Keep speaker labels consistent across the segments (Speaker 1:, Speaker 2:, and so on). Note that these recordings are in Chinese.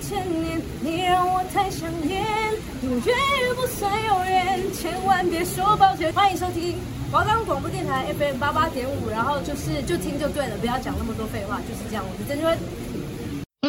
Speaker 1: 千年，你让我太想念，永远不算永远，千万别说抱歉。欢迎收听华冈广播电台 FM 八八点五，然后就是就听就对了，不要讲那么多废话，就是这样。我是郑钧。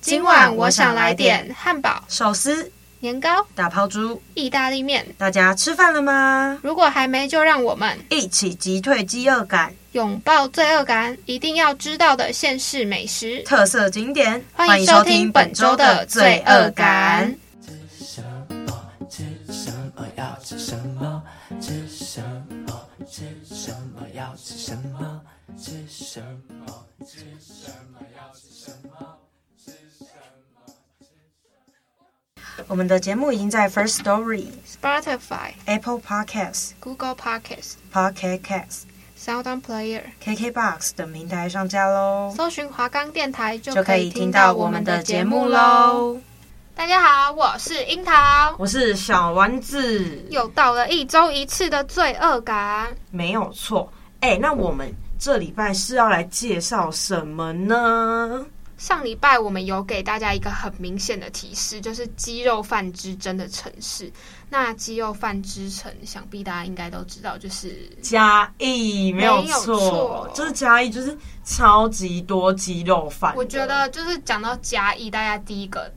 Speaker 2: 今晚我想来点汉堡、
Speaker 3: 寿司、
Speaker 2: 年糕、
Speaker 3: 打抛猪，
Speaker 2: 意大利面。
Speaker 3: 大家吃饭了吗？
Speaker 2: 如果还没，就让我们
Speaker 3: 一起击退饥饿感，
Speaker 2: 拥抱罪恶感，一定要知道的县市美食。
Speaker 3: 特色景点，
Speaker 2: 欢迎收听本周的罪恶感。。
Speaker 4: 吃什么？吃什么？要吃什么？吃什么？吃什么？要吃什么？吃什么？吃什么？要吃什么？
Speaker 3: 我们的节目已经在 First Story、
Speaker 2: Spotify、
Speaker 3: Apple Podcasts、
Speaker 2: Google Podcasts、
Speaker 3: Pocket Casts、
Speaker 2: Sound On Player
Speaker 3: KKBox 等平台上架喽，
Speaker 2: 搜寻华冈电台就
Speaker 3: 就
Speaker 2: 可
Speaker 3: 可
Speaker 2: 以
Speaker 3: 以
Speaker 2: 听
Speaker 3: 听
Speaker 2: 到
Speaker 3: 到
Speaker 2: 我
Speaker 3: 我
Speaker 2: 们
Speaker 3: 们
Speaker 2: 的
Speaker 3: 的
Speaker 2: 节
Speaker 3: 节
Speaker 2: 目
Speaker 3: 目
Speaker 2: 喽。
Speaker 3: 喽。
Speaker 2: 大家好，我是樱桃。
Speaker 3: 我是小丸子，
Speaker 2: 又到了一周一次的罪恶感，
Speaker 3: 没有错。哎、那我们这礼拜是要来介绍什么呢？
Speaker 2: 上礼拜我们有给大家一个很明显的提示，就是鸡肉饭之争的城市。那鸡肉饭之城，想必大家应该都知道，就是
Speaker 3: 嘉义没有
Speaker 2: 没有
Speaker 3: 错
Speaker 2: 错，
Speaker 3: 就是嘉义，就是超级多鸡肉饭的。
Speaker 2: 我觉得就是讲到嘉义，大家第一个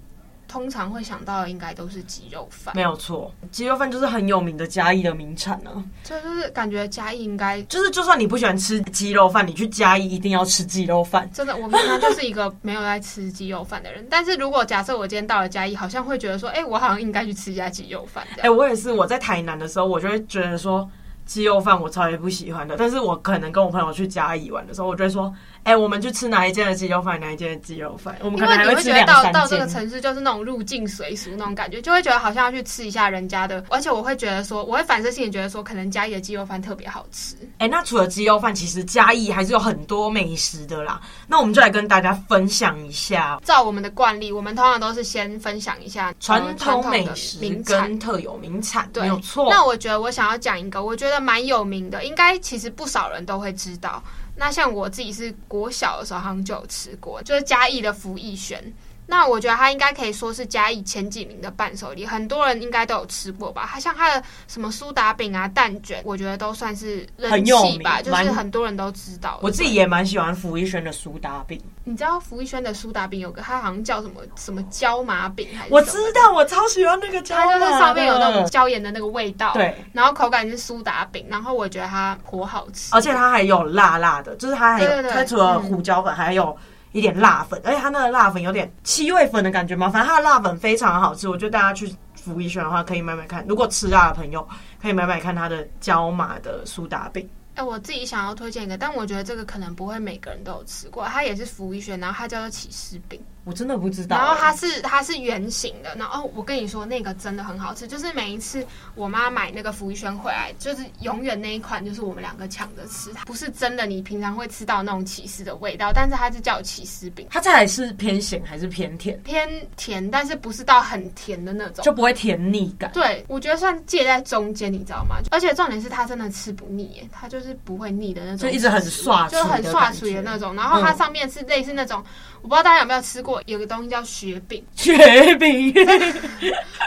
Speaker 2: 通常会想到的应该都是鸡肉饭
Speaker 3: 没，有错，鸡肉饭就是很有名的嘉义的名产呢、
Speaker 2: 这就是感觉嘉义应该
Speaker 3: 就是就算你不喜欢吃鸡肉饭，你去嘉义一定要吃鸡肉饭。
Speaker 2: 真的，我平常就是一个没有在吃鸡肉饭的人。但是如果假设我今天到了嘉义，好像会觉得说，哎、我好像应该去吃一下鸡肉饭这
Speaker 3: 哎、
Speaker 2: 样。
Speaker 3: 我也是，我在台南的时候，我就会觉得说鸡肉饭我超级不喜欢的，但是我可能跟我朋友去嘉义玩的时候，我就会说，哎、我们去吃哪一间的鸡肉饭，哪一间的鸡肉饭，我们
Speaker 2: 因
Speaker 3: 可能
Speaker 2: 为
Speaker 3: 还
Speaker 2: 你会
Speaker 3: 吃
Speaker 2: 觉得
Speaker 3: 两
Speaker 2: 到
Speaker 3: 三
Speaker 2: 到这个
Speaker 3: 间。
Speaker 2: 城市就是那种入境随俗那种感觉，就会觉得好像要去吃一下人家的，而且我会觉得说，我会反射性的觉得说，可能嘉义的鸡肉饭特别好吃。
Speaker 3: 哎、那除了鸡肉饭，其实嘉义还是有很多美食的啦。那我们就来跟大家分享一下
Speaker 2: 照我们的惯例，我们通常都是先分享一下呃
Speaker 3: 传
Speaker 2: 统
Speaker 3: 统美
Speaker 2: 的
Speaker 3: 食
Speaker 2: 名产
Speaker 3: 跟特有名产，
Speaker 2: 对，
Speaker 3: 没有错。
Speaker 2: 那我觉得我想要讲一个，我觉得蛮有名的，应该其实不少人都会知道。那像我自己是国小的时候，好像就有吃过，就是嘉义的福义轩。那我觉得它应该可以说是嘉义前几名的伴手礼，很多人应该都有吃过吧。它像它的什么苏打饼啊、蛋卷，我觉得都算是人
Speaker 3: 很有
Speaker 2: 气
Speaker 3: 名
Speaker 2: 吧，就是
Speaker 3: 蛮
Speaker 2: 很多人都知道的。
Speaker 3: 我自己也蛮喜欢福一轩的苏打饼。
Speaker 2: 你知道福义轩的苏打饼有个，它好像叫什么什么椒麻饼还是
Speaker 3: 我
Speaker 2: 什么
Speaker 3: 知道，我超喜欢那个椒麻
Speaker 2: 它
Speaker 3: 的，
Speaker 2: 就是上面有那种椒盐的那个味道，
Speaker 3: 嗯对，
Speaker 2: 然后口感是苏打饼，然后我觉得它颇好吃，
Speaker 3: 而且它还有辣辣的，就是它还有
Speaker 2: 对对对
Speaker 3: 它除了
Speaker 2: 嗯
Speaker 3: 胡椒粉，还有一点辣粉，而且它那个辣粉有点七味粉的感觉嘛，反正它的辣粉非常好吃，我觉得大家去。福一轩的话可以买买看，如果吃辣的朋友可以买买看它的椒麻的苏打饼，
Speaker 2: 哎，我自己想要推荐一个，但我觉得这个可能不会每个人都有吃过，它也是福一轩，然后它叫做起司饼，
Speaker 3: 我真的不知道、
Speaker 2: 然后它是它是圆形的，然后哦我跟你说那个真的很好吃，就是每一次我妈买那个福一轩回来，就是永远那一款就是我们两个抢着吃，它不是真的你平常会吃到那种起司的味道，但是它是叫起司饼，
Speaker 3: 它这还是偏咸还是偏甜，
Speaker 2: 偏甜，但是不是到很甜的那种，
Speaker 3: 就不会甜腻感。
Speaker 2: 对，我觉得算介在中间，你知道吗？而且重点是它真的吃不腻耶，它就是不会腻的那种，
Speaker 3: 就一直很刷
Speaker 2: 就是很
Speaker 3: 嘴的
Speaker 2: 刷
Speaker 3: 感
Speaker 2: 水
Speaker 3: 觉
Speaker 2: 的那种。然后它
Speaker 3: 嗯
Speaker 2: 上面是类似那种，我不知道大家有没有吃过，有个东西叫雪饼，
Speaker 3: 雪饼，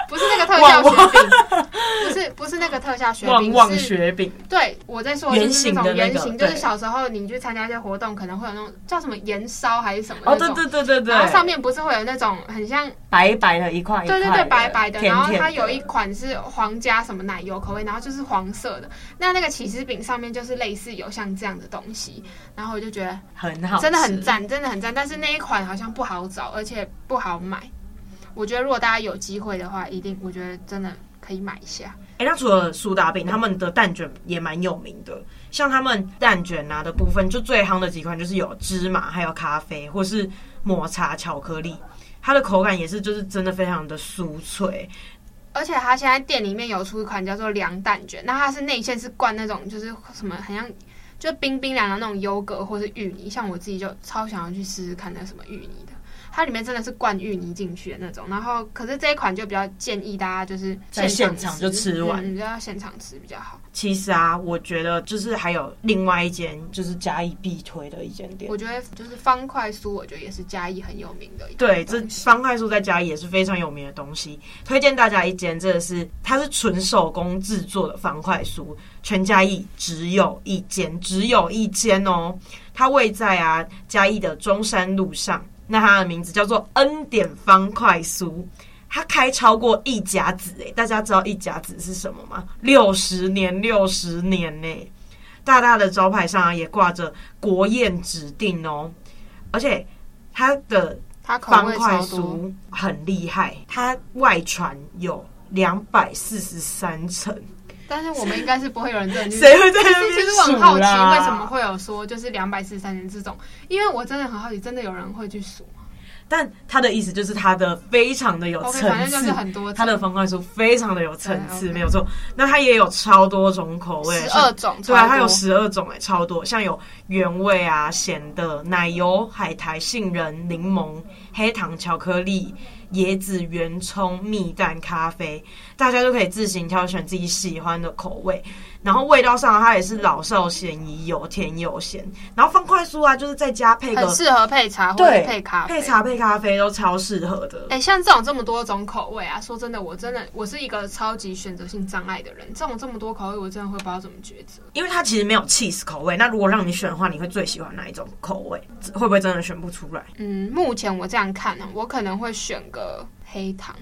Speaker 2: 不是那个特效
Speaker 3: 旺旺
Speaker 2: 雪饼，不是不是那个特效雪
Speaker 3: 旺
Speaker 2: 饼，
Speaker 3: 旺
Speaker 2: 是
Speaker 3: 雪饼，
Speaker 2: 对，我在说的就是那
Speaker 3: 圆形的那
Speaker 2: 种圆
Speaker 3: 个
Speaker 2: 形，就是
Speaker 3: 对
Speaker 2: 小时候你去参加一些活动，可能会有那种叫什么盐烧还是什么那
Speaker 3: 哦，
Speaker 2: 种。
Speaker 3: 对对对对对，
Speaker 2: 然后上面不是会有那种很像
Speaker 3: 白白的一块一块
Speaker 2: 对
Speaker 3: 的，
Speaker 2: 对对，白白的。
Speaker 3: 甜
Speaker 2: 然后
Speaker 3: 甜
Speaker 2: 它
Speaker 3: 的
Speaker 2: 有一款是皇家什么奶油口味，然后就是黄色的。那那个起司饼上面就是类似有像这样的东西，然后我就觉得
Speaker 3: 很好，
Speaker 2: 真的很。赞，真的很赞。但是那一款好像不好找，而且不好买。我觉得如果大家有机会的话，一定我觉得真的可以买一下。
Speaker 3: 哎、那除了苏打饼，他们的蛋卷也蛮有名的。像他们蛋卷拿的部分，就最夯的几款就是有芝麻，还有咖啡，或是抹茶巧克力。它的口感也是，就是真的非常的酥脆，
Speaker 2: 而且它现在店里面有出一款叫做凉蛋卷，那它是内馅是灌那种就是什么很像。就冰冰凉凉那种优格或是芋泥，像我自己就超想要去试试看那什么芋泥的，它里面真的是灌芋泥进去的那种。然后，可是这一款就比较建议大家就是
Speaker 3: 在
Speaker 2: 现
Speaker 3: 现场就吃完
Speaker 2: 嗯，你就要现场吃比较好。
Speaker 3: 其实啊，我觉得就是还有另外一间，就是嘉义必推的一间店
Speaker 2: 我。觉得就是方块酥，我觉得也是嘉义很有名的一个
Speaker 3: 对，这
Speaker 2: 东西
Speaker 3: 方块酥在嘉义也是非常有名的东西，推荐大家一间，真的是它是纯手工制作的方块酥，全嘉义只有一间，只有一间哦。它位在啊嘉义的中山路上，那它的名字叫做恩典方块酥。它开超过一甲子哎、大家知道一甲子是什么吗？六十年，六十年呢、大大的招牌上啊也挂着国宴指定哦，而且它的
Speaker 2: 它口
Speaker 3: 方
Speaker 2: 味
Speaker 3: 块
Speaker 2: 超多，
Speaker 3: 酥很厉害，它外传有两百四十三层，
Speaker 2: 但是我们应该是不会有人真的 去
Speaker 3: 谁会在那
Speaker 2: 嗯其
Speaker 3: 边
Speaker 2: 实我很好
Speaker 3: 数
Speaker 2: 奇，
Speaker 3: 啦
Speaker 2: 为什么？会有说就是两百四十三人这种？因为我真的很好奇，真的有人会去数吗
Speaker 3: 但他的意思就是它的非常的有
Speaker 2: ？OK，
Speaker 3: 层
Speaker 2: 反正就是
Speaker 3: 次，
Speaker 2: 很多种，
Speaker 3: 它的方块酥非常的有层
Speaker 2: 对
Speaker 3: 次，
Speaker 2: ，OK
Speaker 3: 没有错。那它也有超多种口味，
Speaker 2: 十
Speaker 3: 像
Speaker 2: 二种，
Speaker 3: 对啊，
Speaker 2: 超
Speaker 3: 它有
Speaker 2: 多
Speaker 3: 十二种哎、超多，像有原味啊、咸的、奶油、海苔、杏仁、柠檬、黑糖、巧克力、椰子、圆葱、蜜蛋、咖啡，大家都可以自行挑选自己喜欢的口味。然后味道上，它也是老少咸宜，有甜有咸。然后方块酥啊，就是再加配
Speaker 2: 很
Speaker 3: 个
Speaker 2: 适合配茶或者
Speaker 3: 对
Speaker 2: 配咖啡
Speaker 3: 配。茶配咖啡都超适合的。
Speaker 2: 哎、像这种这么多种口味啊，说真的，我真的我是一个超级选择性障碍的人，这种这么多口味，我真的会不知道怎么抉择。
Speaker 3: 因为它其实没有 cheese 口味，那如果让你选的话，你会最喜欢哪一种口味？会不会真的选不出来？
Speaker 2: 嗯，目前我这样看呢、我可能会选个黑糖，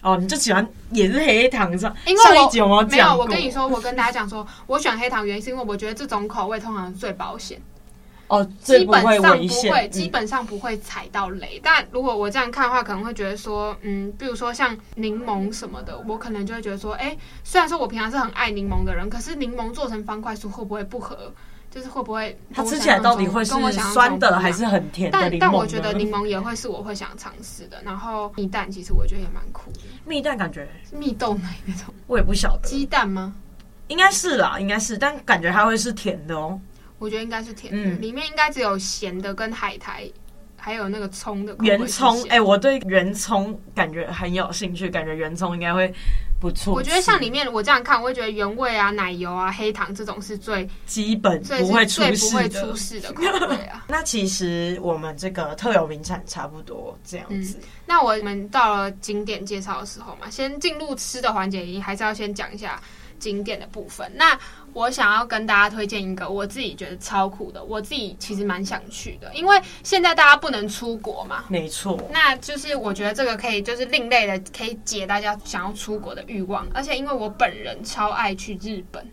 Speaker 3: 哦，你就喜欢也是黑糖是吧？
Speaker 2: 因为我
Speaker 3: 上一集有没有
Speaker 2: 没有
Speaker 3: 讲，过？
Speaker 2: 我跟你说，我跟大家讲说，我选黑糖原因是因为我觉得这种口味通常最保险。
Speaker 3: 哦，
Speaker 2: 基
Speaker 3: 这
Speaker 2: 本
Speaker 3: 会
Speaker 2: 上
Speaker 3: 危
Speaker 2: 不会，
Speaker 3: 险，嗯
Speaker 2: 基本上不会踩到雷。但如果我这样看的话，可能会觉得说，嗯，比如说像柠檬什么的，我可能就会觉得说，哎、虽然说我平常是很爱柠檬的人，可是柠檬做成方块酥会不会不合？就是会不会
Speaker 3: 它吃起来到底会是
Speaker 2: 跟我想象中
Speaker 3: 酸
Speaker 2: 不一
Speaker 3: 的
Speaker 2: 样
Speaker 3: 还是很甜的
Speaker 2: 但
Speaker 3: 柠檬呢？
Speaker 2: 但我觉得柠檬也会是我会想尝试的。然后蜜蛋其实我觉得也蛮酷的，
Speaker 3: 蜜蛋感觉
Speaker 2: 蜜豆奶那种
Speaker 3: 我也不晓得，
Speaker 2: 鸡蛋吗？
Speaker 3: 应该是啦，应该是，但感觉它会是甜的哦，
Speaker 2: 我觉得应该是甜的，
Speaker 3: 嗯
Speaker 2: 里面应该只有咸的跟海苔，还有那个葱的口味
Speaker 3: 圆葱
Speaker 2: 哦是。咸
Speaker 3: 哎、我对圆葱感觉很有兴趣，感觉圆葱应该会不错吃。
Speaker 2: 我觉得像里面我这样看，我会觉得原味啊、奶油啊、黑糖这种是最
Speaker 3: 基本
Speaker 2: 最
Speaker 3: 不会
Speaker 2: 是
Speaker 3: 出
Speaker 2: 最不
Speaker 3: 事
Speaker 2: 会出
Speaker 3: 的。。
Speaker 2: 事的口味啊
Speaker 3: 那其实我们这个特有名产差不多这样子，
Speaker 2: 那我们到了景点介绍的时候嘛，先进入吃的环节，还是要先讲一下景点的部分。那我想要跟大家推荐一个我自己觉得超酷的，我自己其实蛮想去的，因为现在大家不能出国嘛，
Speaker 3: 没错。
Speaker 2: 那就是我觉得这个可以就是另类的，可以解大家想要出国的欲望。而且因为我本人超爱去日本，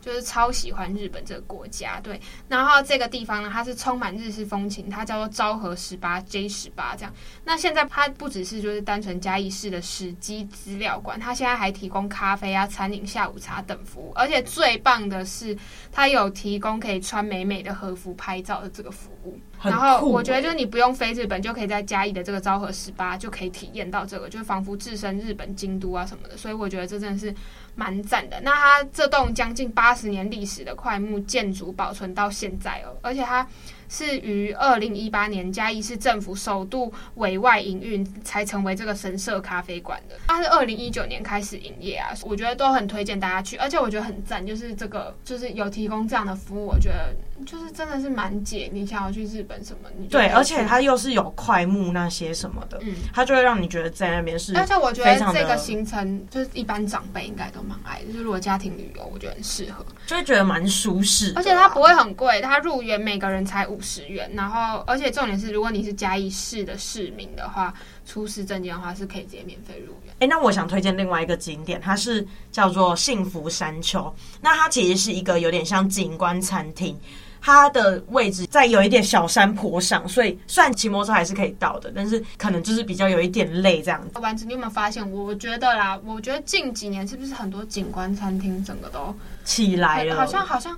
Speaker 2: 就是超喜欢日本这个国家。对，然后这个地方呢，它是充满日式风情，它叫做昭和十八 J 十八这样。那现在它不只是就是单纯嘉义市的史基资料馆，它现在还提供咖啡啊、餐饮、下午茶等服务。而且最棒的是，它有提供可以穿美美的和服拍照的这个服务。
Speaker 3: 很
Speaker 2: 然后
Speaker 3: 酷
Speaker 2: 我觉得
Speaker 3: 欸
Speaker 2: 就是你不用飞日本，就可以在嘉义的这个昭和十八就可以体验到这个，就是仿佛置身日本京都啊什么的。所以我觉得这真的是蛮赞的。那它这栋将近八十年历史的快木建筑保存到现在哦，而且它是于二零一八年嘉义市政府首度委外营运，才成为这个神社咖啡馆的。它是二零一九年开始营业啊，我觉得都很推荐大家去，而且我觉得很赞，就是这个就是有提供这样的服务，我觉得就是真的是蛮解你想要去日本什么，你就
Speaker 3: 对，
Speaker 2: 可以
Speaker 3: 而且
Speaker 2: 去
Speaker 3: 它又是有快木那些什么的，
Speaker 2: 嗯
Speaker 3: 它就会让你觉得在那边是
Speaker 2: 而且我觉
Speaker 3: 非
Speaker 2: 得
Speaker 3: 常的
Speaker 2: 这个行程就是一般长辈应该都蛮爱的，就是如果家庭旅游，我觉得很适合。
Speaker 3: 就会觉得蛮舒适的啊，
Speaker 2: 而且它不会很贵，它入园每个人才五十元，然后而且重点是，如果你是嘉义市的市民的话，出示证件的话是可以直接免费入园。
Speaker 3: 哎、那我想推荐另外一个景点，它是叫做幸福山丘。那它其实是一个有点像景观餐厅，它的位置在有一点小山坡上，所以虽然骑摩托车还是可以到的，但是可能就是比较有一点累这样子。
Speaker 2: 丸子，你有没有发现？我我觉得啦，我觉得近几年是不是很多景观餐厅整个都
Speaker 3: 起来了，
Speaker 2: 哎好像好像。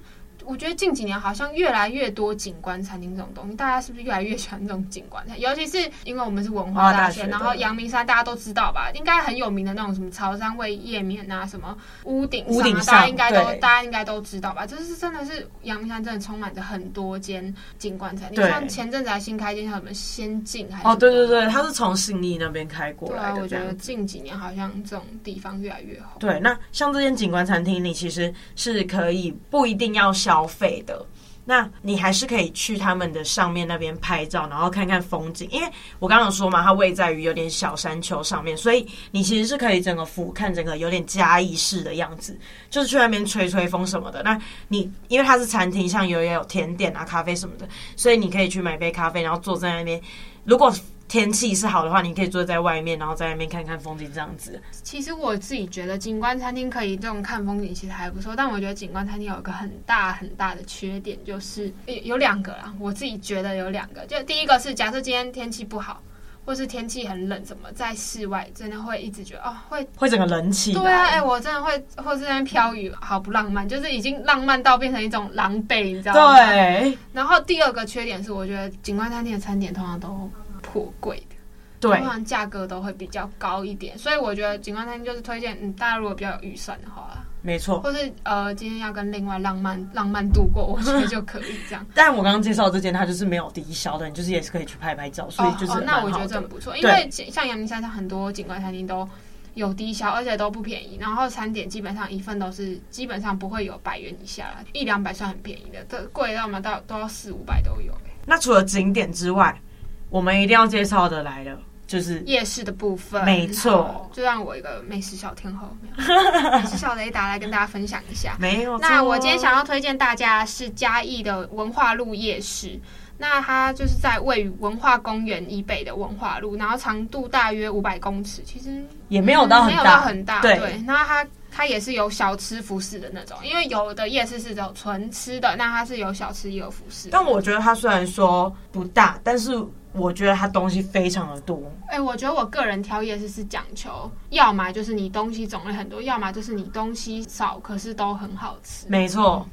Speaker 2: 我觉得近几年好像越来越多景观餐厅这种东西，大家是不是越来越喜欢这种景观餐？尤其是因为我们是文化
Speaker 3: 文化大
Speaker 2: 大学，
Speaker 3: 学的
Speaker 2: 然后阳明山大家都知道吧，应该很有名的那种什么潮汕味夜面啊，什么屋顶
Speaker 3: 屋
Speaker 2: 上
Speaker 3: 顶
Speaker 2: 啊，
Speaker 3: 上
Speaker 2: 大家应该都
Speaker 3: 对
Speaker 2: 大家应该都知道吧？就是真的是阳明山真的充满着很多间景观餐厅，
Speaker 3: 对
Speaker 2: 像前阵子还新开一间叫什么仙境还是
Speaker 3: 哦，对对
Speaker 2: 什么
Speaker 3: 对，它是从信义那边开过
Speaker 2: 对
Speaker 3: 来
Speaker 2: 啊，
Speaker 3: 的，
Speaker 2: 我
Speaker 3: 这
Speaker 2: 觉
Speaker 3: 样
Speaker 2: 得近几年好像这种地方越来越红。
Speaker 3: 对，那像这间景观餐厅，你其实是可以不一定要消费的。那你还是可以去他们的上面那边拍照，然后看看风景，因为我刚刚有说嘛，它位在于有点小山丘上面，所以你其实是可以整个俯瞰整个有点嘉义市的样子，就是去那边吹吹风什么的。那你因为它是餐厅，像有也有甜点啊、咖啡什么的，所以你可以去买杯咖啡，然后坐在那边。如果天气是好的话，你可以坐在外面，然后在那边看看风景这样子。
Speaker 2: 其实我自己觉得景观餐厅可以这种看风景，其实还不错。但我觉得景观餐厅有一个很大很大的缺点，就是有有两个啦。我自己觉得有两个，就第一个是假设今天天气不好，或是天气很冷，什么在室外真的会一直觉得哦会。
Speaker 3: 会整个人气
Speaker 2: 对啊，
Speaker 3: 来
Speaker 2: 哎、我真的会，或是在那边飘雨，好不浪漫，就是已经浪漫到变成一种狼狈，你知道吗？。
Speaker 3: 对
Speaker 2: 然后第二个缺点是，我觉得景观餐厅的餐点通常都颇贵的。
Speaker 3: 对
Speaker 2: 通常价格都会比较高一点，所以我觉得景观餐厅就是推荐，嗯，大家如果比较有预算的话，
Speaker 3: 没错。
Speaker 2: 或是呃今天要跟另外浪漫浪漫度过，我觉得就可以这样。
Speaker 3: 但我刚刚介绍这间，它就是没有低消的，你就是也是可以去拍拍照，所以
Speaker 2: 哦
Speaker 3: 就是
Speaker 2: 哦，
Speaker 3: 蛮
Speaker 2: 那
Speaker 3: 好
Speaker 2: 我觉得这
Speaker 3: 的。
Speaker 2: 很不错，因
Speaker 3: 对
Speaker 2: 为像阳明山上很多景观餐厅都有低消，而且都不便宜，然后餐点基本上一份都是基本上不会有百元以下啦，一两百算很便宜的，这贵到嘛到都要四五百都有、欸
Speaker 3: 那除了景点之外，我们一定要介绍的来了，就是
Speaker 2: 夜市的部分，
Speaker 3: 没错，
Speaker 2: 哦就让我一个美食小天后， 美食小雷达来跟大家分享一下。
Speaker 3: 没有错。
Speaker 2: 那我今天想要推荐大家的是嘉义的文化路夜市。那它就是在位于文化公园以北的文化路，然后长度大约五百公尺，其实
Speaker 3: 也没有到很
Speaker 2: 嗯没有到
Speaker 3: 大，
Speaker 2: 很大，
Speaker 3: 对
Speaker 2: 对。那它它也是有小吃服饰的那种，因为有的夜市是只有纯吃的，那它是有小吃也有服饰。
Speaker 3: 但我觉得它虽然说不大，但是我觉得它东西非常的多。
Speaker 2: 哎、我觉得我个人挑夜市是讲求，要么就是你东西种类很多，要么就是你东西少，可是都很好吃。
Speaker 3: 没错，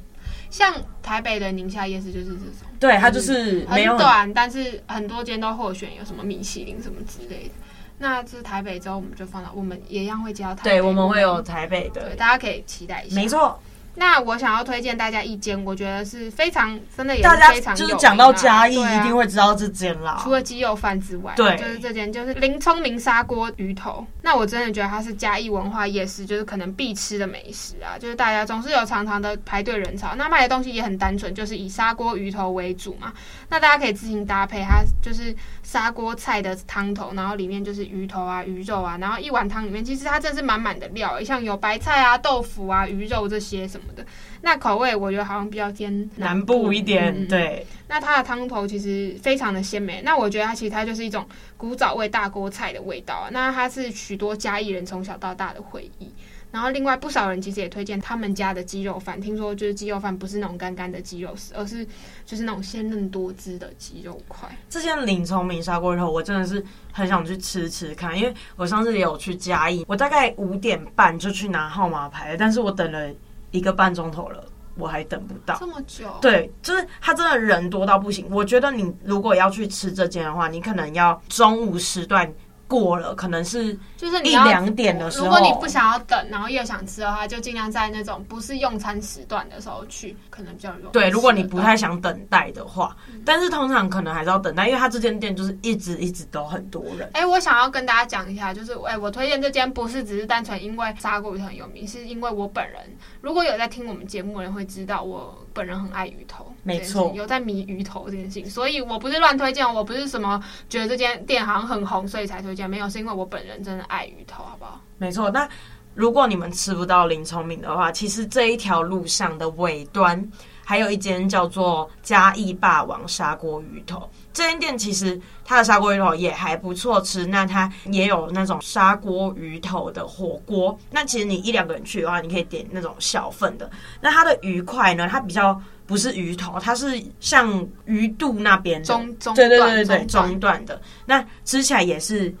Speaker 2: 像台北的宁夏夜市就是这种。
Speaker 3: 对，它就是
Speaker 2: 嗯很
Speaker 3: 没有
Speaker 2: 短，但是很多间都获选有什么米其林什么之类的。那这台北之后，我们就放到我们也一样会接到台北，
Speaker 3: 对，我们会有台北
Speaker 2: 对，
Speaker 3: 的，
Speaker 2: 大家可以期待一下。
Speaker 3: 没。错。
Speaker 2: 那我想要推荐大家一间，我觉得是非常真的也是
Speaker 3: 大家
Speaker 2: 非常
Speaker 3: 就是
Speaker 2: 有
Speaker 3: 讲
Speaker 2: 名啊
Speaker 3: 到嘉义，
Speaker 2: 对啊
Speaker 3: 一定会知道这间啦
Speaker 2: 除。了鸡肉饭之外，
Speaker 3: 对
Speaker 2: 就是这间就是林聪明砂锅鱼头。那我真的觉得它是嘉义文化夜市，就是可能必吃的美食啊，就是大家总是有长长的排队人潮。那卖的东西也很单纯，就是以砂锅鱼头为主嘛。那大家可以自行搭配，它就是砂锅菜的汤头，然后里面就是鱼头啊、鱼肉啊，然后一碗汤里面其实它真是满满的料，像有白菜啊、豆腐啊、鱼肉这些什么的。那口味我觉得好像比较偏
Speaker 3: 南部一点，
Speaker 2: 嗯嗯嗯
Speaker 3: 对，
Speaker 2: 那它的汤头其实非常的鲜美，那我觉得它其实它就是一种古早味大锅菜的味道啊。那它是许多嘉义人从小到大的回忆。然后另外不少人其实也推荐他们家的鸡肉饭，听说就是鸡肉饭不是那种干干的鸡肉丝，而是就是那种鲜嫩多汁的鸡肉块。
Speaker 3: 这间林聪明砂锅鱼头，我真的是很想去吃吃看，因为我上次也有去嘉义，我大概五点半就去拿号码牌了，但是我等了一个半钟头了，我还等不到
Speaker 2: 这。么久，
Speaker 3: 对，就是他真的人多到不行。我觉得你如果要去吃这间的话，你可能要中午时段过了，可能是
Speaker 2: 就是你
Speaker 3: 一
Speaker 2: 要
Speaker 3: 两点的时候。
Speaker 2: 如果你不想要等，然后又想吃的话，就尽量在那种不是用餐时段的时候去，可能比较容易。
Speaker 3: 对，如果你不太想等待的话，但是通常可能还是要等待，因为他这间店就是一直一直都很多人。
Speaker 2: 哎、我想要跟大家讲一下，就是哎、我推荐这间不是只是单纯因为砂锅鱼头很有名，是因为我本人如果有在听我们节目的人会知道，我本人很爱鱼头，
Speaker 3: 没错
Speaker 2: 这件事情有在迷鱼头这件事情，所以我不是乱推荐，哦我不是什么觉得这间店好像很红所以才推荐，没有，是因为我本人真的爱鱼头，好不好？
Speaker 3: 没错，那如果你们吃不到林聪明的话，其实这一条路上的尾端还有一间叫做嘉义霸王砂锅鱼头。这间店其实它的砂锅鱼头也还不错吃，那它也有那种砂锅鱼头的火锅。那其实你一两个人去的话，你可以点那种小份的。那它的鱼块呢，它比较不是鱼头，它是像鱼肚那边的
Speaker 2: 中中
Speaker 3: 对对
Speaker 2: 段
Speaker 3: 对对对
Speaker 2: 中段
Speaker 3: 中段的。那吃起来也是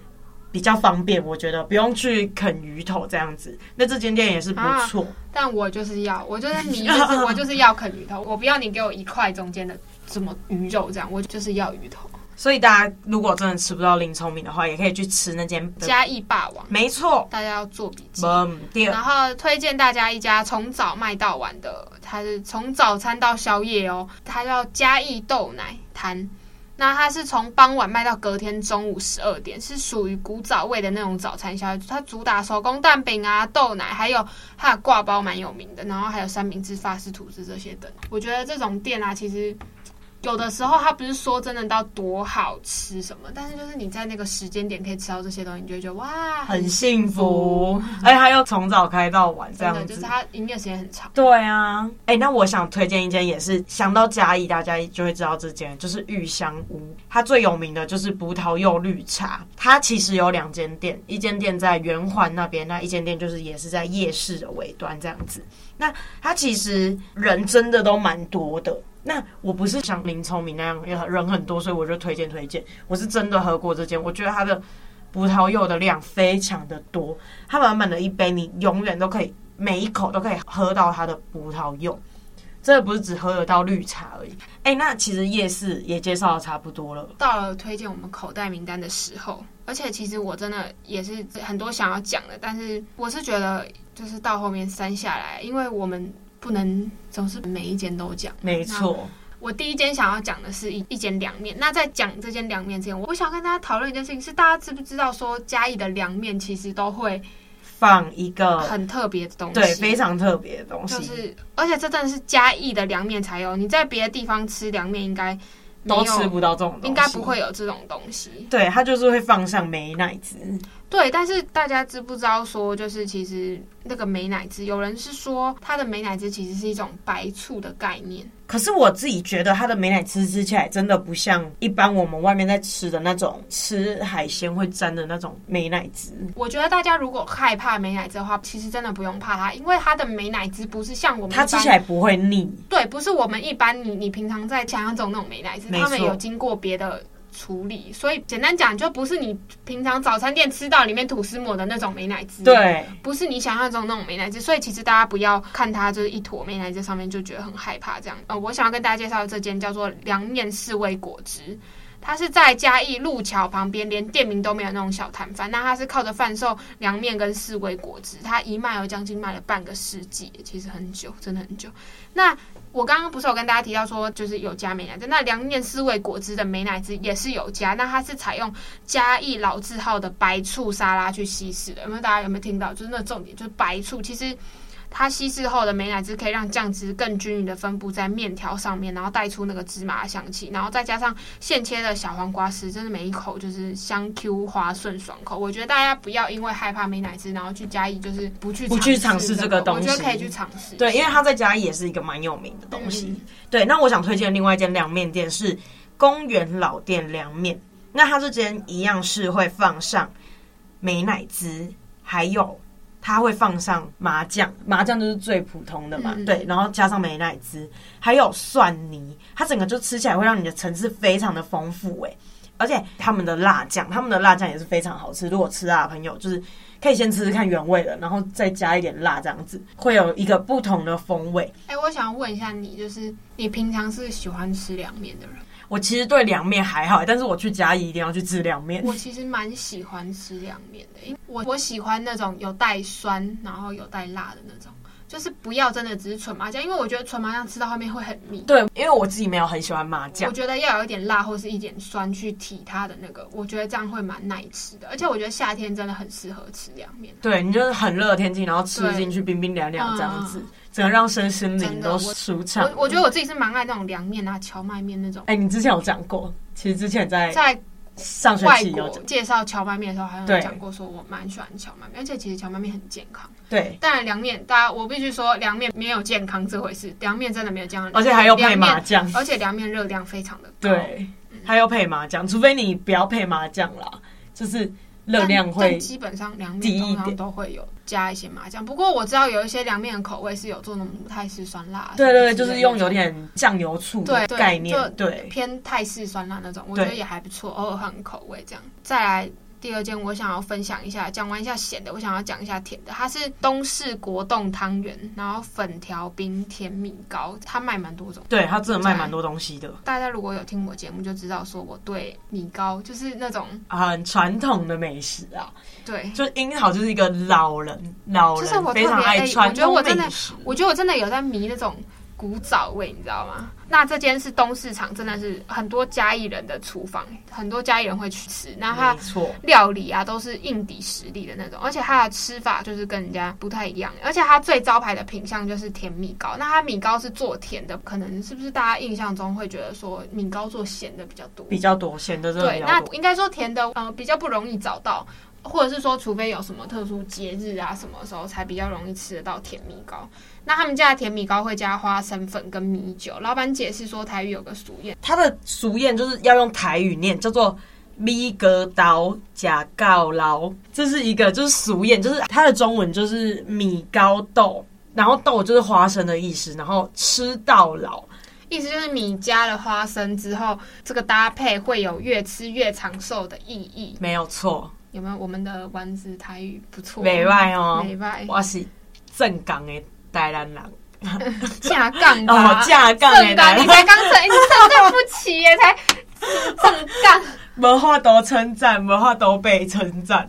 Speaker 3: 比较方便，我觉得不用去啃鱼头这样子。那这间店也是不错，
Speaker 2: 但我就是要，我就是你，就是我就是要啃鱼头，我不要你给我一块中间的什么鱼肉这样，我就是要鱼头。
Speaker 3: 所以大家如果真的吃不到林聪明的话，也可以去吃那间的。
Speaker 2: 嘉义霸王，
Speaker 3: 没错，
Speaker 2: 大家要做笔记。
Speaker 3: 嗯，第
Speaker 2: 然
Speaker 3: 二，
Speaker 2: 后推荐大家一家从早卖到晚的，它是从早餐到宵夜哦，它叫嘉义豆奶摊。那它是从傍晚卖到隔天中午十二点，是属于古早味的那种早餐宵夜。它主打手工蛋饼啊、豆奶，还有它的挂包蛮有名的，然后还有三明治、法式吐司这些等。我觉得这种店啊，其实有的时候它不是说真的到多好吃什么，但是就是你在那个时间点可以吃到这些东西，你就会觉得哇，
Speaker 3: 很幸福，而且它又从早开到晚这
Speaker 2: 嗯真
Speaker 3: 样
Speaker 2: 的
Speaker 3: 子，
Speaker 2: 就是它营业时间很长。
Speaker 3: 对啊，哎、那我想推荐一间，也是想到嘉义，大家就会知道这间，就是玉香屋。它最有名的就是葡萄柚绿茶。它其实有两间店，一间店在圆环那边，那一间店就是也是在夜市的尾端这样子。那它其实人真的都蛮多的。那我不是像林聪明那样也很人很多，所以我就推荐推荐。我是真的喝过这间，我觉得它的葡萄柚的量非常的多，它满满的一杯，你永远都可以每一口都可以喝到它的葡萄柚。真的不是只喝得到绿茶而已。哎、那其实夜市也介绍的差不多了。
Speaker 2: 到了推荐我们口袋名单的时候，而且其实我真的也是很多想要讲的，但是我是觉得就是到后面删下来，因为我们不能总是每一间都讲。
Speaker 3: 没错，
Speaker 2: 我第一间想要讲的是一一间凉面。那在讲这间凉面之前，我想跟大家讨论一件事情，是大家知不知道说嘉义的凉面其实都会
Speaker 3: 放一个
Speaker 2: 很特别的东西，
Speaker 3: 对非常特别的东西，
Speaker 2: 就是，而且这真的是嘉义的凉面才有，你在别的地方吃凉面应该没
Speaker 3: 都
Speaker 2: 有
Speaker 3: 吃不到这种东西，
Speaker 2: 应该不。会有这种东西。
Speaker 3: 对，它就是会放上美乃滋，
Speaker 2: 对，但是大家知不知道说，就是其实那个美乃滋，有人是说它的美乃滋其实是一种白醋的概念，
Speaker 3: 可是我自己觉得它的美乃滋吃起来真的不像一般我们外面在吃的那种吃海鲜会沾的那种美乃滋。
Speaker 2: 我觉得大家如果害怕美乃滋的话，其实真的不用怕它，因为它的美乃滋不是像我们
Speaker 3: 它
Speaker 2: 一
Speaker 3: 吃
Speaker 2: 般
Speaker 3: 起来不会腻，
Speaker 2: 对，不是我们一般你你平常在想象中那种美乃滋，
Speaker 3: 没
Speaker 2: 他们
Speaker 3: 错
Speaker 2: 有经过别的处理，所以简单讲就不是你平常早餐店吃到里面吐司抹的那种美乃滋，，
Speaker 3: 对，啊
Speaker 2: 不是你想象中那种美乃滋，所以其实大家不要看它就是一坨美乃滋上面就觉得很害怕这样。呃，我想要跟大家介绍的这间叫做凉面四味果汁。它是在嘉义路桥旁边，连店名都没有那种小摊贩。那它是靠着贩售凉面跟四味果汁，它一卖有将近卖了半个世纪，其实很久，真的很久。那我刚刚不是有跟大家提到说，就是有加美乃滋，那凉面四味果汁的美乃滋也是有加，那它是采用嘉义老字号的白醋沙拉去稀释的，有没有？大家有没有听到？就是那重点就是白醋，其实它稀释后的美乃滋可以让酱汁更均匀的分布在面条上面，然后带出那个芝麻的香气，然后再加上现切的小黄瓜丝，真的每一口就是香 Q 滑顺爽口。我觉得大家不要因为害怕美乃滋，然后去嘉义就是不去
Speaker 3: 不去尝试
Speaker 2: 试
Speaker 3: 这个东西
Speaker 2: 我觉得可以去尝试。
Speaker 3: 对，因为它在嘉义也是一个蛮有名的东西。
Speaker 2: 嗯
Speaker 3: 对，那我想推荐另外一间凉面店是公园老店凉面，那它这间一样是会放上美乃滋，还有它会放上麻酱，麻酱就是最普通的嘛，
Speaker 2: 嗯
Speaker 3: 对，然后加上美乃滋，还有蒜泥，它整个就吃起来会让你的层次非常的丰富、欸，而且他们的辣酱，他们的辣酱也是非常好吃。如果吃辣的朋友，就是可以先吃吃看原味的，然后再加一点辣，这样子会有一个不同的风味。
Speaker 2: 哎、我想问一下你，就是你平常是喜欢吃凉面的人？
Speaker 3: 我其实对凉面还好，但是我去嘉义一定要去吃凉面
Speaker 2: 我。其实蛮喜欢吃凉面的，因为我我喜欢那种有带酸，然后有带辣的那种，就是不要真的只是纯麻酱，因为我觉得纯麻酱吃到后面会很腻。
Speaker 3: 对，因为我自己没有很喜欢麻
Speaker 2: 我
Speaker 3: 酱，
Speaker 2: 觉得要有一点辣或是一点酸去提它的那个，我觉得这样会蛮耐吃的。而且我觉得夏天真的很适合吃凉面，
Speaker 3: 对你就是很热的天气，然后吃
Speaker 2: 对
Speaker 3: 进去冰冰凉凉这样子
Speaker 2: 嗯，
Speaker 3: 整个让身心灵
Speaker 2: 真的
Speaker 3: 都
Speaker 2: 我
Speaker 3: 舒畅
Speaker 2: 我。我觉得我自己是蛮爱那种凉面啊、荞麦面那种。
Speaker 3: 哎、你之前有讲过，其实之前在
Speaker 2: 在
Speaker 3: 上学
Speaker 2: 外
Speaker 3: 期有
Speaker 2: 国
Speaker 3: 讲，
Speaker 2: 介绍荞麦面的时候，好像
Speaker 3: 对
Speaker 2: 有讲过，说我蛮喜欢荞麦面，而且其实荞麦面很健康。
Speaker 3: 对，
Speaker 2: 当然，凉面，大家我必须说，凉面没有健康这回事，凉面真的没有健康，
Speaker 3: 而且还要配
Speaker 2: 凉面嗯
Speaker 3: 麻酱，
Speaker 2: 而且凉面热量非常的高，
Speaker 3: 对，还要配麻酱，除非你不要配麻酱啦，就是热
Speaker 2: 但
Speaker 3: 量
Speaker 2: 但
Speaker 3: 会
Speaker 2: 基本上凉
Speaker 3: 低一
Speaker 2: 面通
Speaker 3: 点
Speaker 2: 常都会有加一些麻酱。不过我知道有一些凉面的口味是有做那种母泰式酸辣，啊
Speaker 3: 对对对，
Speaker 2: 什
Speaker 3: 就
Speaker 2: 么之
Speaker 3: 是
Speaker 2: 类的
Speaker 3: 用有点酱油醋的
Speaker 2: 对对
Speaker 3: 概念
Speaker 2: 就，
Speaker 3: 对，
Speaker 2: 偏泰式酸辣那种，我
Speaker 3: 对
Speaker 2: 觉得也还不错，偶尔换个口味这样。再来第二间我想要分享一下，讲完一下咸的，我想要讲一下甜的。它是东市国栋汤圆，然后粉条冰、甜米糕，它卖蛮多种。
Speaker 3: 对他真的卖蛮多东西的，
Speaker 2: 大家如果有听我节目，就知道说我对米糕就是那种
Speaker 3: 很传统的美食啊。
Speaker 2: 对，
Speaker 3: 就樱桃就是一个老人，老
Speaker 2: 就是
Speaker 3: 人
Speaker 2: 我特
Speaker 3: 非
Speaker 2: 别
Speaker 3: 常爱
Speaker 2: 哎
Speaker 3: 传
Speaker 2: 我觉得
Speaker 3: 统
Speaker 2: 我
Speaker 3: 美
Speaker 2: 真的
Speaker 3: 食。
Speaker 2: 我觉得我真的有在迷那种古早味，你知道吗？那这间是东市场，真的是很多嘉义人的厨房，很多嘉义人会去吃。那它
Speaker 3: 没错，
Speaker 2: 料理啊都是硬底实力的那种，而且它的吃法就是跟人家不太一样，而且它最招牌的品相就是甜米糕。那它米糕是做甜的，可能是不是大家印象中会觉得说米糕做咸的比较多？
Speaker 3: 比较多，显得真的比
Speaker 2: 对，
Speaker 3: 较
Speaker 2: 那
Speaker 3: 多。
Speaker 2: 应该说甜的，呃，比较不容易找到，或者是说，除非有什么特殊节日啊，什么时候才比较容易吃得到甜米糕。那他们家的甜米糕会加花生粉跟米酒。老板解释说，台语有个俗谚，
Speaker 3: 它的俗谚就是要用台语念，叫做“咪格刀假告劳”，这是一个就是俗谚，就是它的中文就是米糕豆，然后豆就是花生的意思，然后吃到老。
Speaker 2: 意思就是米加了花生之后，这个搭配会有越吃越长寿的意义。
Speaker 3: 没有 错，
Speaker 2: 有没有？我们的丸子台语不错，
Speaker 3: 美外哦，
Speaker 2: 美 外，
Speaker 3: 我是正港的台南人，
Speaker 2: 架杠啊吧，
Speaker 3: 哦，架杠 的台
Speaker 2: 正杠，
Speaker 3: 南
Speaker 2: 你
Speaker 3: 人，
Speaker 2: 才刚成，你称赞不起耶，才 正杠。
Speaker 3: 没话都称赞，没话都被称赞。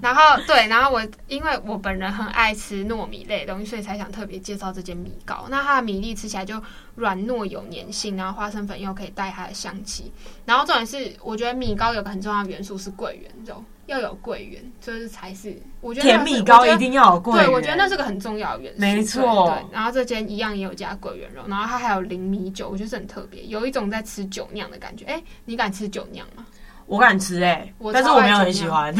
Speaker 2: 然后对，然后我因为我本人很爱吃糯米类的东西，所以才想特别介绍这间米糕。那它的米粒吃起来就软糯有粘性，然后花生粉又可以带它的香气。然后重点是，我觉得米糕有个很重要的元素是桂圆肉，要有桂圆，就是才是我觉得那
Speaker 3: 甜
Speaker 2: 是
Speaker 3: 米糕
Speaker 2: 我觉得
Speaker 3: 一定要有桂圆，
Speaker 2: 对，我觉得那是个很重要的元素。
Speaker 3: 没错
Speaker 2: 对对然后这间一样也有加桂圆肉，然后它还有淋米酒，我觉得是很特别，有一种在吃酒酿的感觉。哎，你敢吃酒酿吗？
Speaker 3: 我敢吃哎、
Speaker 2: 我
Speaker 3: 但是
Speaker 2: 超
Speaker 3: 我
Speaker 2: 爱
Speaker 3: 没有
Speaker 2: 酒
Speaker 3: 很喜
Speaker 2: 酿
Speaker 3: 欢，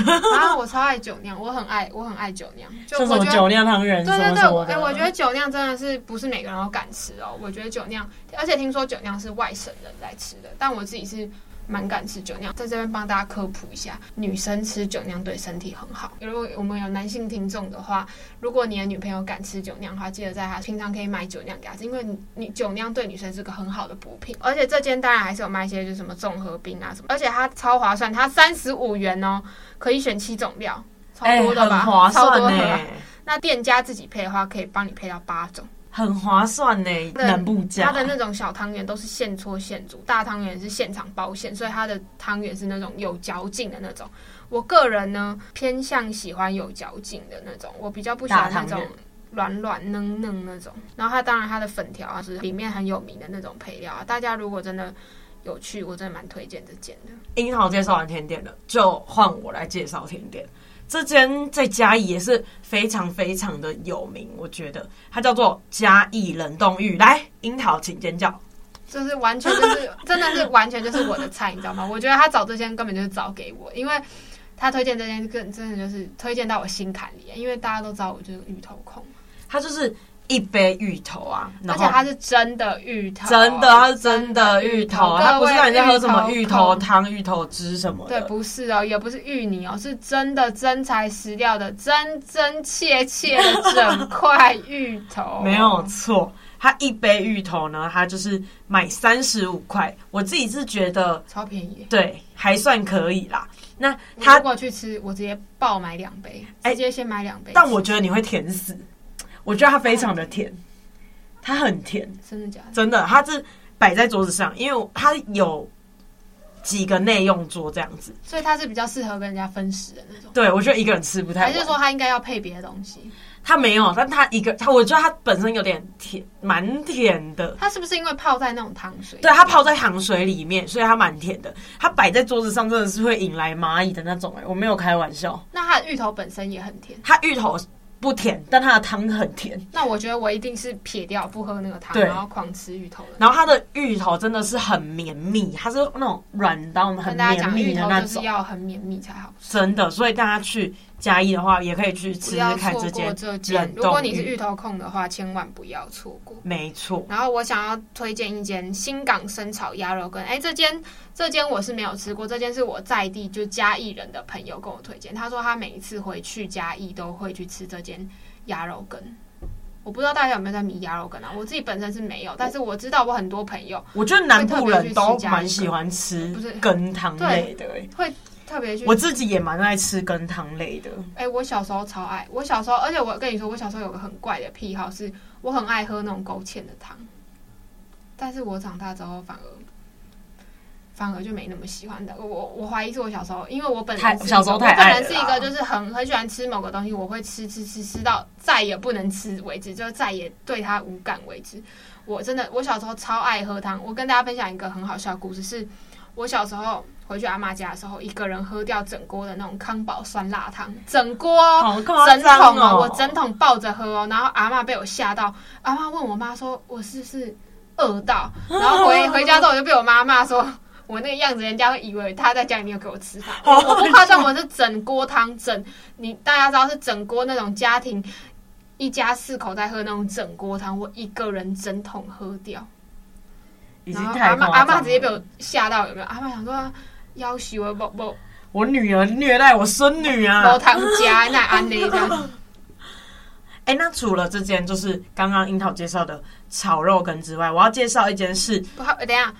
Speaker 2: 啊，我超爱酒酿，我很爱，我很爱酒酿。就
Speaker 3: 像什
Speaker 2: 我
Speaker 3: 么
Speaker 2: 觉
Speaker 3: 酒
Speaker 2: 得，
Speaker 3: 酿汤圆
Speaker 2: 对
Speaker 3: 什么
Speaker 2: 对
Speaker 3: 什
Speaker 2: 对，我
Speaker 3: 么
Speaker 2: 哎、
Speaker 3: 的。
Speaker 2: 我觉得酒酿真的是不是每个人都敢吃哦。我觉得酒酿，而且听说酒酿是外省人在吃的，但我自己是。蛮敢吃酒酿，在这边帮大家科普一下，女生吃酒酿对身体很好。如果我们有男性听众的话，如果你的女朋友敢吃酒酿的话，记得在她平常可以买酒酿给她吃，因为你你酒酿对女生是个很好的补品。而且这间当然还是有卖一些就是什么综合冰啊什么，而且它超划算，它三十五元哦，可以选七种料，超
Speaker 3: 哎、
Speaker 2: 多的吧，
Speaker 3: 很划
Speaker 2: 超
Speaker 3: 算欸
Speaker 2: 多
Speaker 3: 呢、
Speaker 2: 的吧。那店家自己配的话，可以帮你配到八种。
Speaker 3: 很划算呢、
Speaker 2: 那
Speaker 3: 南部价
Speaker 2: 它的那种小汤圆都是现搓现煮，大汤圆是现场包馅，所以它的汤圆是那种有嚼劲的那种。我个人呢偏向喜欢有嚼劲的那种，我比较不喜欢那
Speaker 3: 大汤
Speaker 2: 种
Speaker 3: 圆
Speaker 2: 软软嫩嫩那种。然后它当然它的粉条啊是里面很有名的那种配料啊，大家如果真的有去，我真的蛮推荐这间的。
Speaker 3: 樱桃介绍完甜点了，就换我来介绍甜点。这间在嘉义也是非常非常的有名，我觉得它叫做嘉义冷冻芋。来，樱桃请尖叫。
Speaker 2: 就是完全就是真的是完全就是我的菜，你知道吗？我觉得他找这间根本就是找给我，因为他推荐这间更真的就是推荐到我心坎里，因为大家都知道我就是芋头控，
Speaker 3: 它就是一杯芋头啊，
Speaker 2: 而
Speaker 3: 然
Speaker 2: 且
Speaker 3: 后
Speaker 2: 它是真的芋头，哦
Speaker 3: 真的它是真的芋头，它不是让人家喝什么芋头
Speaker 2: 各位控。
Speaker 3: 汤、芋头汁什么
Speaker 2: 对，
Speaker 3: 的。，
Speaker 2: 不是哦，也不是芋泥哦，是真的真材实料的，真真切切的整块芋头
Speaker 3: 没有错，它一杯芋头呢，它就是买三十五块，我自己是觉得
Speaker 2: 超便宜。
Speaker 3: 对还算可以啦。那
Speaker 2: 我
Speaker 3: 它
Speaker 2: 如，果去吃，我直接爆买两杯，
Speaker 3: 哎
Speaker 2: 直接先买两杯吃。
Speaker 3: 但我觉得你会甜死，我觉得它非常的甜，它很甜，
Speaker 2: 真的假的？
Speaker 3: 真的，它是摆在桌子上，因为它有几个内用桌这样子。
Speaker 2: 所以它是比较适合跟人家分食的那种，
Speaker 3: 对，我觉得一个人吃不太
Speaker 2: 还
Speaker 3: 完。
Speaker 2: 是说它应该要配别的东西？
Speaker 3: 它没有，但它一个，它我觉得它本身有点甜，蛮甜的。
Speaker 2: 它是不是因为泡在那种糖水？
Speaker 3: 对，它泡在糖水里面，所以它蛮甜的。它摆在桌子上真的是会引来蚂蚁的那种、哎，我没有开玩笑。
Speaker 2: 那它的芋头本身也很甜。
Speaker 3: 它芋头不甜，但它的汤很甜。
Speaker 2: 那我觉得我一定是撇掉不喝那个汤，
Speaker 3: 对
Speaker 2: 然后狂吃芋头的。
Speaker 3: 然后它的芋头真的是很绵密，它是那种软到很
Speaker 2: 跟大
Speaker 3: 绵
Speaker 2: 家讲，
Speaker 3: 密
Speaker 2: 芋
Speaker 3: 的
Speaker 2: 头
Speaker 3: 那
Speaker 2: 就是
Speaker 3: 种，
Speaker 2: 要很绵密才好吃，
Speaker 3: 真的。所以大家去嘉义的话，也可以去吃
Speaker 2: 不
Speaker 3: 吃
Speaker 2: 要
Speaker 3: 看
Speaker 2: 错
Speaker 3: 这
Speaker 2: 过
Speaker 3: 间
Speaker 2: 这间
Speaker 3: 冷。
Speaker 2: 如果
Speaker 3: 冻
Speaker 2: 你是芋
Speaker 3: 芋。
Speaker 2: 头控的话，千万不要错过。
Speaker 3: 没错，
Speaker 2: 然后我想要推荐一间新港生炒鸭肉羹，哎，这间这间我是没有吃过，这间是我在地就嘉义人的朋友跟我推荐，他说他每一次回去嘉义都会去吃这间鸭肉羹。我不知道大家有没有在迷鸭肉羹啊？我自己本身是没有，但是我知道我很多朋友
Speaker 3: 我觉得南部
Speaker 2: 会特别
Speaker 3: 人
Speaker 2: 去吃
Speaker 3: 都
Speaker 2: 嘉义
Speaker 3: 蛮喜欢吃
Speaker 2: 不是
Speaker 3: 羹汤
Speaker 2: 对
Speaker 3: 类的、哎
Speaker 2: 会特别去
Speaker 3: 我自己也蛮爱吃羹汤类的，
Speaker 2: 哎、我小时候超爱，我小时候，而且我跟你说，我小时候有个很怪的癖好，是我很爱喝那种勾芡的汤，但是我长大之后反而反而就没那么喜欢的。我我怀疑是我小时候，因为我本
Speaker 3: 太
Speaker 2: 人是一个
Speaker 3: 小时候太
Speaker 2: 我本
Speaker 3: 爱
Speaker 2: 人
Speaker 3: 了
Speaker 2: 是
Speaker 3: 啦
Speaker 2: 一个就是很很喜欢吃某个东西，我会吃吃吃吃到再也不能吃为止，就再也对它无感为止。我真的，我小时候超爱喝汤。我跟大家分享一个很好笑的故事，是我小时候回去阿妈家的时候，一个人喝掉整锅的那种康宝酸辣汤，整锅哦
Speaker 3: 好夸
Speaker 2: 整
Speaker 3: 张
Speaker 2: 桶
Speaker 3: 哦！
Speaker 2: 我整桶抱着喝哦，然后阿妈被我吓到，阿妈问我妈说，我是不是饿到？然 后回回家之后我就被我妈骂说。我那个样子，人家会以为他在家里面有给我吃饭。我
Speaker 3: 哦
Speaker 2: 我不夸张，我是整锅汤，整你大家知道是整锅那种家庭一家四口在喝那种整锅汤，我一个人整桶喝掉。
Speaker 3: 已经
Speaker 2: 然后
Speaker 3: 太
Speaker 2: 阿
Speaker 3: 夸张
Speaker 2: 妈
Speaker 3: 了
Speaker 2: 阿妈直接被我吓到，有没有？阿妈想说，要死我某某
Speaker 3: 我女儿虐待我孙女
Speaker 2: 某
Speaker 3: 啊！
Speaker 2: 堂家那安内 这样。
Speaker 3: 哎、那除了这间就是刚刚樱桃介绍的炒肉羹之外，我要介绍一间是
Speaker 2: 不好，等一下。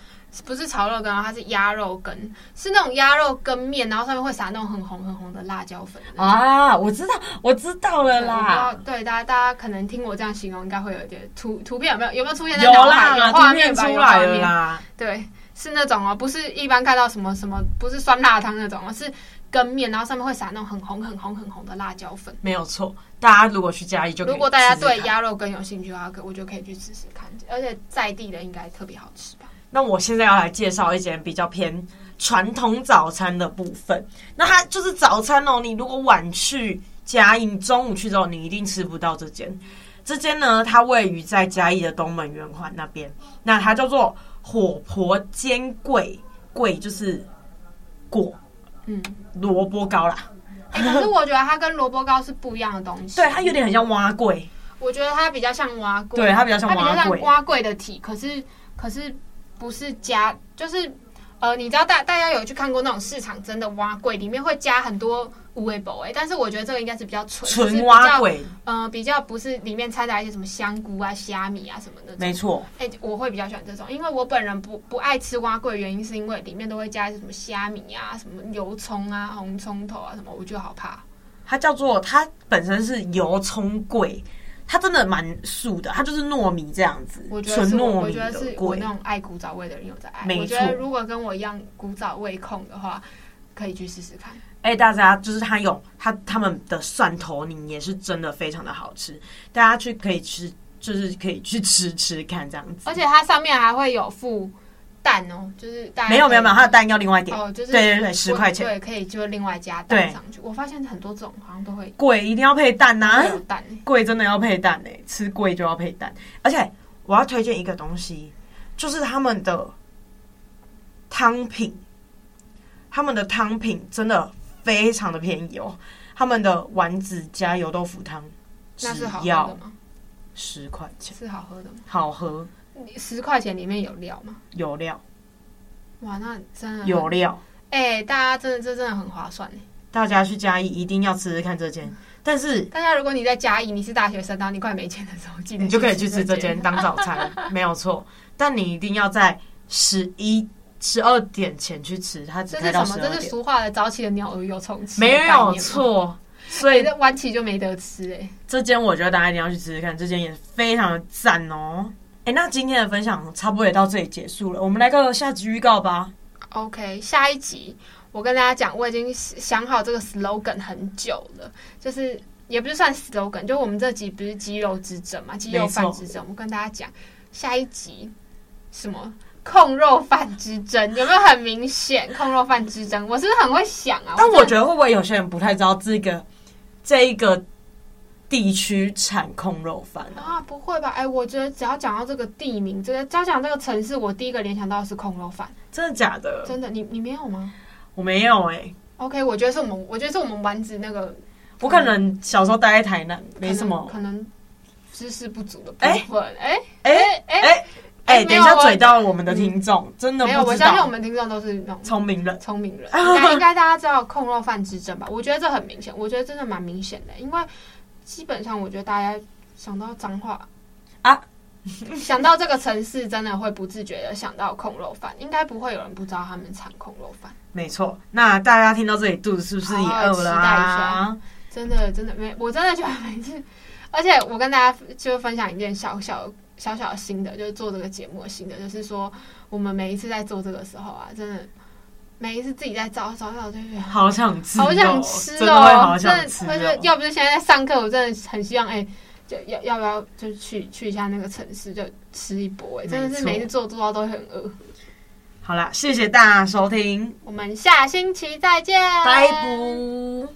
Speaker 2: 不是炒肉羹哦，它是鸭肉羹，是那种鸭肉羹面，然后上面会撒那种很红很红的辣椒粉。
Speaker 3: 啊，我知道，我知道了
Speaker 2: 对，我不知道
Speaker 3: 啦，
Speaker 2: 对大家大家可能听我这样形容，应该会有一点图图片有没有有没有出现在
Speaker 3: 有
Speaker 2: 脑海？
Speaker 3: 啦，
Speaker 2: 画
Speaker 3: 图
Speaker 2: 面
Speaker 3: 片出
Speaker 2: 嗯吧，有画
Speaker 3: 来了
Speaker 2: 面。
Speaker 3: 啦。
Speaker 2: 对，是那种哦，不是一般看到什么什么，不是酸辣汤那种哦，是羹面，然后上面会撒那种很红很红很红的辣椒粉。
Speaker 3: 没有错，大家如果去嘉义就可以
Speaker 2: 如果大家
Speaker 3: 试试看
Speaker 2: 对鸭肉羹有兴趣的话，可我就可以去试试看，而且在地的应该特别好吃 吧？
Speaker 3: 那我现在要来介绍一间比较偏传统早餐的部分。那它就是早餐哦，你如果晚去嘉义，你中午去之后，你一定吃不到这间。这间呢，它位于在嘉义的东门圆环那边，那它叫做火婆煎桂，桂就是果
Speaker 2: 嗯，
Speaker 3: 萝卜糕啦，
Speaker 2: 哎、可是我觉得它跟萝卜糕是不一样的东西。
Speaker 3: 对，它有点很像蛙桂，
Speaker 2: 我觉得它比较像蛙桂，
Speaker 3: 对，它比较像
Speaker 2: 它比较
Speaker 3: 蛙
Speaker 2: 像
Speaker 3: 桂，
Speaker 2: 蛙桂的体，可是可是不是加，就是呃，你知道大大家有去看过那种市场真的蛙桂，里面会加很多五味博哎，但是我觉得这个应该是比较纯，就是
Speaker 3: 纯
Speaker 2: 比
Speaker 3: 蛙
Speaker 2: 较
Speaker 3: 桂，
Speaker 2: 呃比较不是里面掺杂一些什么香菇啊、虾米啊什么的。
Speaker 3: 没错。
Speaker 2: 哎、我会比较喜欢这种，因为我本人不不爱吃蛙桂，原因是因为里面都会加一些什么虾米啊、什么油葱啊、红葱头啊什么，我觉得好怕。
Speaker 3: 它叫做它本身是油葱桂，它真的蛮素的，它就是糯米这样子
Speaker 2: 我，觉得
Speaker 3: 纯
Speaker 2: 是我，
Speaker 3: 糯
Speaker 2: 我
Speaker 3: 米
Speaker 2: 觉得
Speaker 3: 的
Speaker 2: 是我
Speaker 3: 桂
Speaker 2: 那。种爱古早味的人有在爱。
Speaker 3: 没
Speaker 2: 我觉得
Speaker 3: 错
Speaker 2: 如果跟我一样古早味控的话，可以去试试看。
Speaker 3: 哎、大家就是它有它他们的蒜头泥也是真的非常的好吃，大家去可以吃，就是可以去吃吃看这样子。
Speaker 2: 而且它上面还会有附蛋哦，就是大家
Speaker 3: 没有没有没
Speaker 2: 可以
Speaker 3: 有，它的蛋要另外点，
Speaker 2: 哦，就是
Speaker 3: 对对对10
Speaker 2: 我
Speaker 3: 块钱
Speaker 2: 对，可以就另外加
Speaker 3: 对
Speaker 2: 蛋上去。我发现很多这种好像都会
Speaker 3: 桂一定要配蛋啊呐、
Speaker 2: 会有蛋欸。
Speaker 3: 贵真的要配蛋哎、吃贵就要配蛋。而且我要推荐一个东西，就是他们的汤品，他们的汤品真的非常的便宜哦。他们的丸子加油豆腐汤，只
Speaker 2: 那是好喝的
Speaker 3: 要
Speaker 2: 吗？
Speaker 3: 十块钱，
Speaker 2: 是好喝的吗？
Speaker 3: 好喝
Speaker 2: 你十块钱里面有料吗？
Speaker 3: 有料
Speaker 2: 哇，那真的
Speaker 3: 有料，
Speaker 2: 哎、大家真的这真的很划算欸
Speaker 3: 大家去嘉义一定要吃吃看这间。但是
Speaker 2: 大家如果你在嘉义，你是大学生，然后你快没钱的时候，记得
Speaker 3: 你就可以去
Speaker 2: 吃
Speaker 3: 吃这间当早 餐，没有错。但你一定要在十一、十二点前去吃，它只
Speaker 2: 这
Speaker 3: 开
Speaker 2: 是
Speaker 3: 到
Speaker 2: 什
Speaker 3: 十
Speaker 2: 么？
Speaker 3: 二点
Speaker 2: 这。是俗话的“早起的鸟儿有虫吃”，
Speaker 3: 没有，错。所以
Speaker 2: 这晚起就没得吃哎、
Speaker 3: 这间我觉得大家一定要去吃吃看，这间也非常的赞哦。哎，那今天的分享差不多也到这里结束了，我们来个下集预告吧。
Speaker 2: OK，下一集我跟大家讲，我已经想好这个 slogan 很久了，就是也不是算 slogan，就我们这集不是鸡肉之争嘛，鸡肉饭之争，我跟大家讲下一集什么。控肉饭之争有没有很明显？控肉饭之争，我是不是很会想啊？
Speaker 3: 但我
Speaker 2: 真的
Speaker 3: 觉得会不会有些人不太知道这个这一个地区产控肉饭啊？
Speaker 2: 啊，不会吧？哎、我觉得只要讲到这个地名，这个只要讲这个城市，我第一个联想到的是空肉饭。
Speaker 3: 真的假的？
Speaker 2: 真的，你你没有吗
Speaker 3: 我没有哎、
Speaker 2: ？OK，我觉得是我们，我觉得是我们丸子那个
Speaker 3: 我可能小时候待在台南，没什么。
Speaker 2: 可能可能知识不足的部
Speaker 3: 哎
Speaker 2: 分。哎
Speaker 3: 哎
Speaker 2: 哎
Speaker 3: 哎
Speaker 2: 哎
Speaker 3: 哎，
Speaker 2: 没
Speaker 3: 等
Speaker 2: 有
Speaker 3: 一下
Speaker 2: 我
Speaker 3: 嘴到我们的听众，真的
Speaker 2: 没有，
Speaker 3: 不
Speaker 2: 我
Speaker 3: 知
Speaker 2: 相信我
Speaker 3: 道
Speaker 2: 们听众都是那种
Speaker 3: 聪明人。
Speaker 2: 聪 明人，应该应该大家知道控肉饭之争吧？我觉得这很明显，我觉得真的蛮明显的，因为基本上我觉得大家想到脏话
Speaker 3: 啊，
Speaker 2: 想到这个城市，真的会不自觉的想到控肉饭，应该不会有人不知道他们产控肉饭。
Speaker 3: 没错，那大家听到这里，肚子是不是也饿了
Speaker 2: 好好
Speaker 3: 啊？
Speaker 2: 真的，真的没，我真的觉得每次，而且我跟大家就分享一件小小小小的心得，就是做这个节目的心得，就是说我们每一次在做这个时候啊，真的每一次自己在找找找，就觉得
Speaker 3: 好想吃、哦
Speaker 2: 好想吃
Speaker 3: 真的会
Speaker 2: 哦，
Speaker 3: 好
Speaker 2: 真
Speaker 3: 想
Speaker 2: 的
Speaker 3: 吃、
Speaker 2: 而且要不是现在在上课，我真的很希望哎、就要要不要就去去一下那个城市，就吃一波哎、真的
Speaker 3: 没
Speaker 2: 是
Speaker 3: 错
Speaker 2: 每次做做到都会很饿。
Speaker 3: 好啦，谢谢大家收听，
Speaker 2: 我们下星期再见，
Speaker 3: 拜拜。